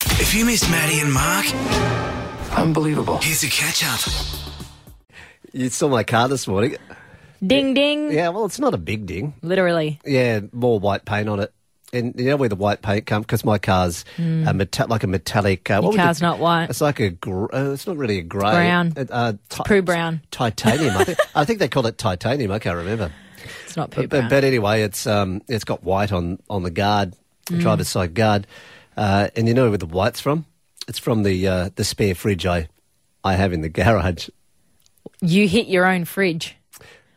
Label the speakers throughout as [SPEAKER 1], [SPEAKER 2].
[SPEAKER 1] If you missed Maddie and Mark,
[SPEAKER 2] Unbelievable.
[SPEAKER 1] here's a catch up.
[SPEAKER 3] You saw my car this morning.
[SPEAKER 4] Ding ding.
[SPEAKER 3] Yeah, well, it's not a big ding.
[SPEAKER 4] Literally.
[SPEAKER 3] Yeah, more white paint on it. And you know where the white paint comes because my car's a meta- like a metallic. Uh, what would
[SPEAKER 4] Hmm. car's
[SPEAKER 3] you-
[SPEAKER 4] not white.
[SPEAKER 3] It's like a. Gr- uh, it's not really a grey.
[SPEAKER 4] brown.
[SPEAKER 3] It, uh, ti-
[SPEAKER 4] Poo brown.
[SPEAKER 3] Titanium. I, think, I think they call it titanium. I can't remember.
[SPEAKER 4] It's not poop.
[SPEAKER 3] But, but anyway, it's um, it's got white on on the guard,
[SPEAKER 4] Hmm.
[SPEAKER 3] the driver's side guard, uh, and you know where the white's from? It's from the uh, the spare fridge I I have in the garage.
[SPEAKER 4] you hit your own fridge.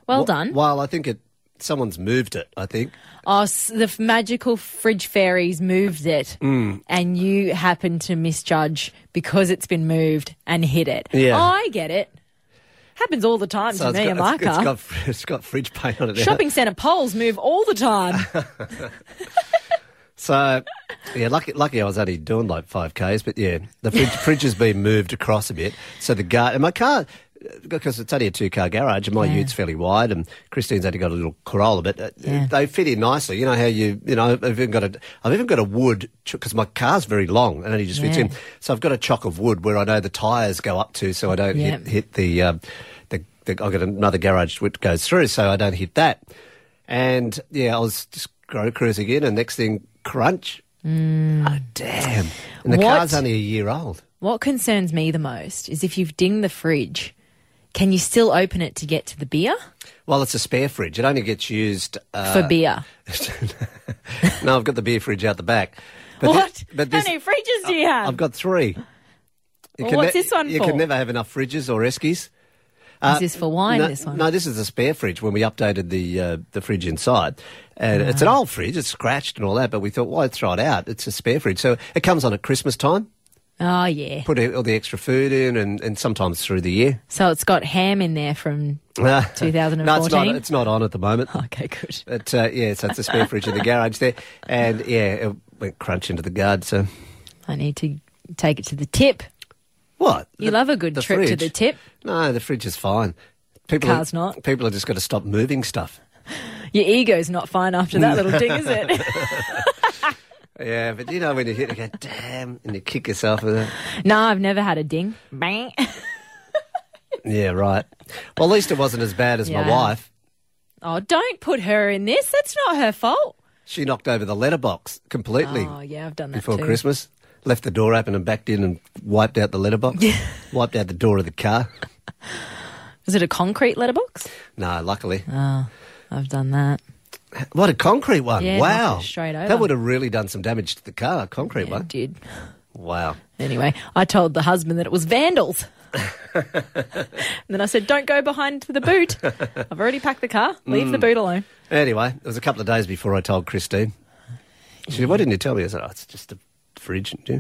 [SPEAKER 4] Well
[SPEAKER 3] Wh-
[SPEAKER 4] done.
[SPEAKER 3] Well, I think it someone's moved it. I think.
[SPEAKER 4] Oh, s- the f- magical fridge fairies moved it,
[SPEAKER 3] Mm.
[SPEAKER 4] and you happened to misjudge because it's been moved and hit it.
[SPEAKER 3] Yeah.
[SPEAKER 4] Oh, I get it. Happens all the time
[SPEAKER 3] So
[SPEAKER 4] to
[SPEAKER 3] it's
[SPEAKER 4] me
[SPEAKER 3] got,
[SPEAKER 4] and my
[SPEAKER 3] it's- it's
[SPEAKER 4] car.
[SPEAKER 3] got fr- it's got fridge paint on it. now.
[SPEAKER 4] Shopping centre poles move all the time.
[SPEAKER 3] So yeah, lucky lucky I was only doing like five k's, but yeah, the fridge, fridge has been moved across a bit. So the guard and my car. Because it's only a two-car garage, and my
[SPEAKER 4] Yeah.
[SPEAKER 3] ute's fairly wide, and Christine's only got a little Corolla, but uh,
[SPEAKER 4] Yeah.
[SPEAKER 3] they fit in nicely. You know how you, you know, I've even got a, I've even got a wood because my car's very long and only just fits
[SPEAKER 4] Yeah.
[SPEAKER 3] in. So I've got a chock of wood where I know the tyres go up to, so I don't
[SPEAKER 4] Yeah.
[SPEAKER 3] hit, hit the, um, the, the. I've got another garage which goes through, so I don't hit that. And yeah, I was just road cruising in, and next thing, crunch. Oh damn! And the
[SPEAKER 4] Mm. What?
[SPEAKER 3] car's only a year old.
[SPEAKER 4] What concerns me the most is if you've dinged the fridge, can you still open it to get to the beer?
[SPEAKER 3] Well, it's a spare fridge. It only gets used. Uh,
[SPEAKER 4] For beer.
[SPEAKER 3] no, I've got the beer fridge out the back. But
[SPEAKER 4] what?
[SPEAKER 3] thi- but this,
[SPEAKER 4] How many fridges do you have?
[SPEAKER 3] I've got three. You
[SPEAKER 4] Um, Well, what's this one
[SPEAKER 3] You
[SPEAKER 4] for?
[SPEAKER 3] can never have enough fridges or eskies. Uh,
[SPEAKER 4] is this for wine?
[SPEAKER 3] no,
[SPEAKER 4] this one?
[SPEAKER 3] no, this is a spare fridge when we updated the uh, the fridge inside, and it's
[SPEAKER 4] Ah.
[SPEAKER 3] an old fridge. It's scratched and all that, but we thought, why throw it out? It's a spare fridge, so it comes on at Christmas time.
[SPEAKER 4] Oh yeah.
[SPEAKER 3] Put all the extra food in, and, and sometimes through the year.
[SPEAKER 4] So it's got ham in there from.
[SPEAKER 3] no, it's not.
[SPEAKER 4] 2014?
[SPEAKER 3] It's not on at the moment.
[SPEAKER 4] Okay, good.
[SPEAKER 3] But uh, yeah, so it's a spare fridge in the garage there, and yeah, it went crunch into the guard. So
[SPEAKER 4] I need to take it to the tip.
[SPEAKER 3] what?
[SPEAKER 4] You love a good trip to the tip.
[SPEAKER 3] No, the fridge is fine. People
[SPEAKER 4] Car's
[SPEAKER 3] are,
[SPEAKER 4] not.
[SPEAKER 3] People are just going to stop moving stuff.
[SPEAKER 4] Your ego's not fine after that little ding, is it?
[SPEAKER 3] Yeah, but you know when you hit, you go damn, and you kick yourself. with it.
[SPEAKER 4] no, I've never had a ding. Bang.
[SPEAKER 3] Yeah, right. Well, at least it wasn't as bad as my
[SPEAKER 4] Yeah.
[SPEAKER 3] wife.
[SPEAKER 4] oh, don't put her in this. That's not her fault.
[SPEAKER 3] She knocked over the letterbox completely
[SPEAKER 4] Oh yeah, I've done that
[SPEAKER 3] before
[SPEAKER 4] too.
[SPEAKER 3] Christmas. Left the door open and backed in and wiped out the letterbox. Wiped out the door of the car.
[SPEAKER 4] Is it a concrete letterbox?
[SPEAKER 3] No, luckily.
[SPEAKER 4] Ah. I've done that.
[SPEAKER 3] What a concrete one!
[SPEAKER 4] Yeah,
[SPEAKER 3] wow,
[SPEAKER 4] knocked it straight over.
[SPEAKER 3] That would have really done some damage to the car. A concrete
[SPEAKER 4] I
[SPEAKER 3] one.
[SPEAKER 4] did.
[SPEAKER 3] Wow.
[SPEAKER 4] Anyway, I told the husband that it was vandals. and then I said, don't go behind the boot. I've already packed the car. Leave
[SPEAKER 3] Mm.
[SPEAKER 4] the boot alone.
[SPEAKER 3] Anyway, it was a couple of days before I told Christine. She said, "Why didn't you tell me?" I said, "Oh, it's just a fridge." Yeah.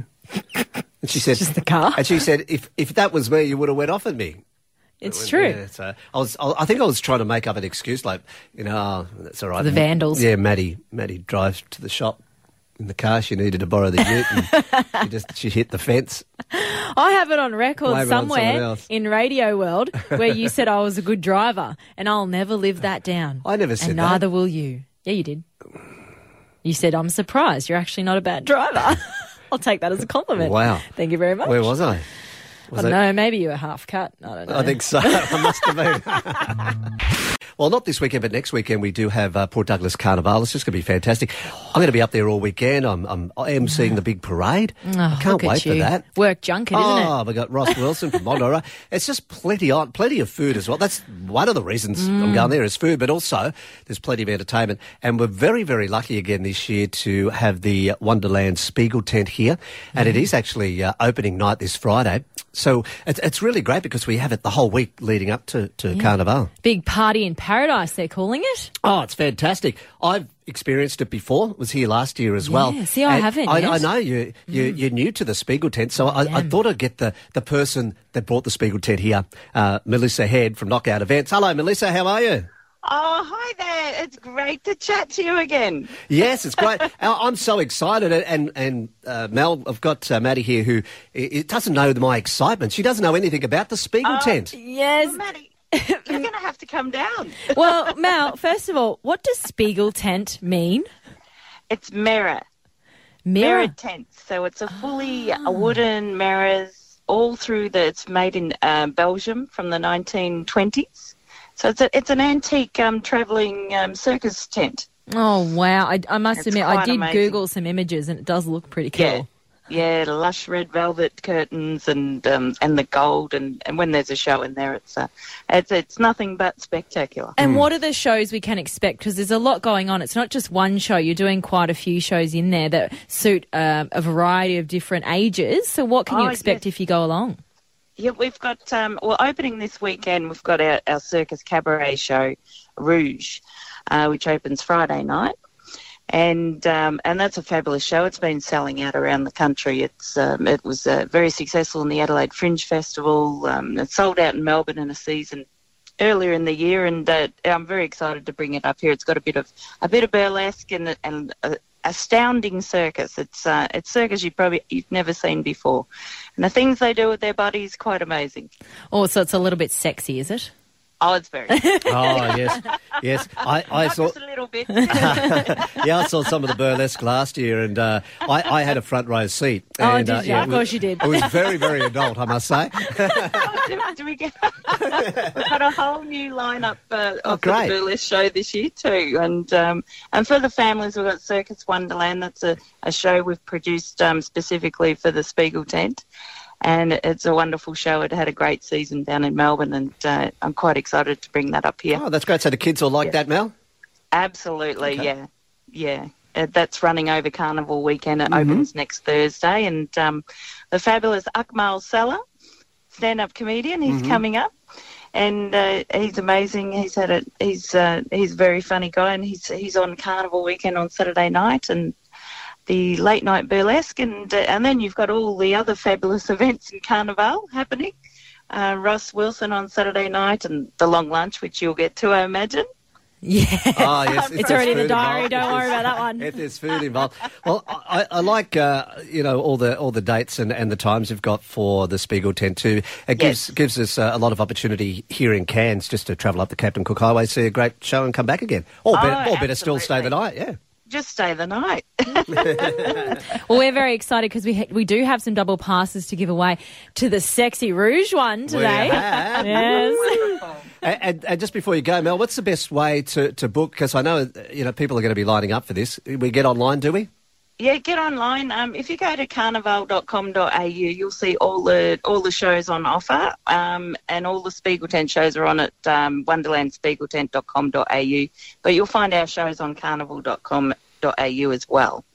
[SPEAKER 3] And she said,
[SPEAKER 4] just the car.
[SPEAKER 3] And she said, "If if that was me, you would have went off at me."
[SPEAKER 4] It's true.
[SPEAKER 3] Yeah, so I was. I I think I was trying to make up an excuse, like you know, oh, that's all right.
[SPEAKER 4] The vandals.
[SPEAKER 3] Yeah, Maddie. Maddie drives to the shop in the car. She needed to borrow the ute. And she just she hit the fence.
[SPEAKER 4] I have it on record
[SPEAKER 3] Blame it on someone
[SPEAKER 4] somewhere
[SPEAKER 3] else.
[SPEAKER 4] in radio world where you said I was a good driver, and I'll never live that down.
[SPEAKER 3] I never said
[SPEAKER 4] and
[SPEAKER 3] that.
[SPEAKER 4] neither will you. Yeah, you did. You said I'm surprised. You're actually not a bad driver. I'll take that as a compliment.
[SPEAKER 3] Wow.
[SPEAKER 4] Thank you very much.
[SPEAKER 3] Where was I?
[SPEAKER 4] I
[SPEAKER 3] Was
[SPEAKER 4] don't
[SPEAKER 3] that-
[SPEAKER 4] know. Maybe you were half cut. I don't know.
[SPEAKER 3] I think so. I must have been. Well, not this weekend, but next weekend we do have uh, Port Douglas Carnival. It's just going to be fantastic. I'm going to be up there all weekend. I'm, I'm emceeing the big parade. I
[SPEAKER 4] Oh,
[SPEAKER 3] can't
[SPEAKER 4] look at
[SPEAKER 3] wait for
[SPEAKER 4] you.
[SPEAKER 3] that.
[SPEAKER 4] Work junket, isn't it?
[SPEAKER 3] Oh, we got Ross Wilson from Mondora. It's just plenty on, plenty of food as well. That's one of the reasons
[SPEAKER 4] Mm.
[SPEAKER 3] I'm going there is food, but also there's plenty of entertainment. And we're very, very lucky again this year to have the Wonderland Spiegel tent here, and
[SPEAKER 4] Mm.
[SPEAKER 3] it is actually uh, opening night this Friday. So it's, it's really great because we have it the whole week leading up to, to Carnival.
[SPEAKER 4] Big party in paradise. They're calling it.
[SPEAKER 3] Oh, it's fantastic. I've experienced it before. It was here last year as well.
[SPEAKER 4] see, I
[SPEAKER 3] And
[SPEAKER 4] haven't Mm.
[SPEAKER 3] I,
[SPEAKER 4] yet.
[SPEAKER 3] I know you, you, you're new to the Spiegel tent, so I, I thought I'd get the, the person that brought the Spiegel tent here, uh, Melissa Head from Knockout Events. Hello, Melissa. How are you?
[SPEAKER 5] Oh, hi there. It's great to chat to you again.
[SPEAKER 3] Yes, it's great. I- I'm so excited. And, and, and uh, Mel, I've got uh, Maddie here who i- i- doesn't know my excitement. She doesn't know anything about the Spiegel
[SPEAKER 4] Oh,
[SPEAKER 3] tent.
[SPEAKER 4] Yes.
[SPEAKER 5] Maddie, you're going to have to come down.
[SPEAKER 4] Well, Mal, first of all, what does Spiegel tent mean?
[SPEAKER 5] It's mirror.
[SPEAKER 4] Mirror.
[SPEAKER 5] mirrored tents. So it's a fully uh, wooden mirrors all through the. It's made in uh, Belgium from the 1920s. So it's a, it's an antique um, travelling um, circus tent.
[SPEAKER 4] Oh wow! I, I must
[SPEAKER 5] It's
[SPEAKER 4] admit, I
[SPEAKER 5] quite
[SPEAKER 4] did
[SPEAKER 5] amazing.
[SPEAKER 4] Google some images, and it does look pretty cool.
[SPEAKER 3] Mm.
[SPEAKER 5] Yeah. Yeah, lush red velvet curtains and um, and the gold and, and when there's a show in there, it's uh, it's it's nothing but spectacular.
[SPEAKER 4] And what are the shows we can expect? Because there's a lot going on. It's not just one show. You're doing quite a few shows in there that suit um, a variety of different ages. So what can
[SPEAKER 5] Oh,
[SPEAKER 4] you expect if you go along?
[SPEAKER 5] Yeah, we've got, um, well, opening this weekend, we've got our, our circus cabaret show, Rouge, uh, which opens Friday night. And um, and that's a fabulous show. It's been selling out around the country. It's um, it was uh, very successful in the Adelaide Fringe Festival. Um, it sold out in Melbourne in a season earlier in the year, and uh, I'm very excited to bring it up here. It's got a bit of a bit of burlesque and and uh, astounding circus. It's uh, it's circus you probably you've never seen before, and the things they do with their bodies quite amazing.
[SPEAKER 4] Oh, so it's a little bit sexy, is it?
[SPEAKER 5] Oh, it's very
[SPEAKER 3] Oh yes, yes. I, I saw.
[SPEAKER 5] just a little bit.
[SPEAKER 3] Yeah, I saw some of the burlesque last year, and uh, I, I had a front row seat.
[SPEAKER 4] Oh,
[SPEAKER 3] and,
[SPEAKER 4] did
[SPEAKER 3] uh,
[SPEAKER 4] you?
[SPEAKER 3] yeah, it
[SPEAKER 4] Of
[SPEAKER 3] was-
[SPEAKER 4] course you did.
[SPEAKER 3] It was very, very adult, I must say.
[SPEAKER 5] do, do we get? we've got a whole new lineup uh,
[SPEAKER 3] Oh,
[SPEAKER 5] of the
[SPEAKER 3] great.
[SPEAKER 5] burlesque show this year too, and um, and for the families we've got Circus Wonderland. That's a, a show we've produced um, specifically for the Spiegel tent. And it's a wonderful show. It had a great season down in Melbourne, and uh, I'm quite excited to bring that up here.
[SPEAKER 3] Oh, that's great. So the kids will like that, Mel.
[SPEAKER 5] Absolutely, yeah, yeah. Uh, That's running over Carnival weekend. It opens next Thursday, and um, the fabulous Akmal Salah, stand-up comedian, he's coming up, and uh, he's amazing. He's had a he's uh, he's a very funny guy, and he's he's on Carnival weekend on Saturday night, and the late night burlesque, and uh, and then you've got all the other fabulous events in Carnival happening. Uh, Ross Wilson on Saturday night, and the long lunch, which you'll get to, I imagine.
[SPEAKER 4] Yeah.
[SPEAKER 3] Oh, yes. if
[SPEAKER 4] It's
[SPEAKER 3] there's
[SPEAKER 4] already in the
[SPEAKER 3] food
[SPEAKER 4] diary.
[SPEAKER 3] involved,
[SPEAKER 4] Don't
[SPEAKER 3] if
[SPEAKER 4] worry
[SPEAKER 3] there's-
[SPEAKER 4] about that one.
[SPEAKER 3] If there's food involved, well, I, I like uh, you know all the all the dates and, and the times you've got for the Spiegel tent too. It gives
[SPEAKER 5] Yes.
[SPEAKER 3] gives us uh, a lot of opportunity here in Cairns just to travel up the Captain Cook Highway, see a great show, and come back again.
[SPEAKER 4] Oh,
[SPEAKER 3] Or better, or better still, stay the night. Yeah.
[SPEAKER 5] just stay the night.
[SPEAKER 4] Well, we're very excited because we ha- we do have some double passes to give away to the sexy Rouge one today.
[SPEAKER 3] have.
[SPEAKER 4] Yes.
[SPEAKER 3] And, and, and just before you go, Mel, what's the best way to, to book? Because I know uh, you know people are going to be lining up for this. We get online, do we?
[SPEAKER 5] yeah, get online. Um, if you go to carnival.com.au, you'll see all the all the shows on offer, um, and all the Spiegel Tent shows are on at um, wonderlandspiegeltent.com.au. But you'll find our shows on carnival.com.au as well.